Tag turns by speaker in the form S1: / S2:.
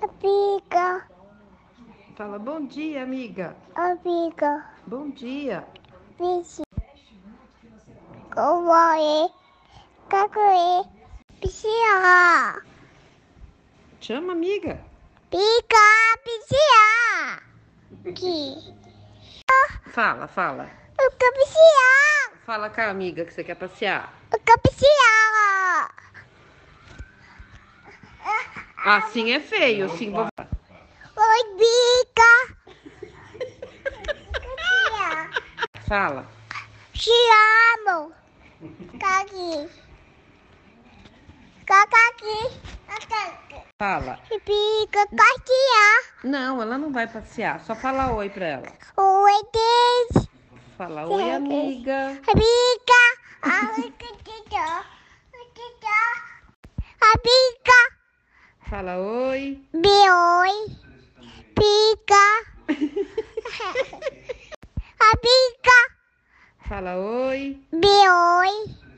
S1: Amiga,
S2: Fala bom dia, amiga.
S1: amiga,
S2: Bom dia.
S1: bicho. Como é? Caco é? Bichinha.
S2: Chama, amiga.
S1: Pica, bichinha. Que?
S2: Fala, fala.
S1: O cabiciá.
S2: Fala cá, amiga, que você quer passear.
S1: O cabiciá.
S2: Assim é feio, assim vou...
S1: Oi, bica. Cabiciá.
S2: Fala.
S1: Te amo. Caqui. Cacaqui. Cacaqui.
S2: Fala.
S1: Pica, caquiá.
S2: Não, ela não vai passear. Só fala oi pra ela.
S1: Oi, gente.
S2: Fala oi, amiga.
S1: Amiga. Oi, titã. Oi, titã. Amiga.
S2: Fala oi.
S1: Me oi. Pica. Amiga.
S2: Fala oi.
S1: Me oi.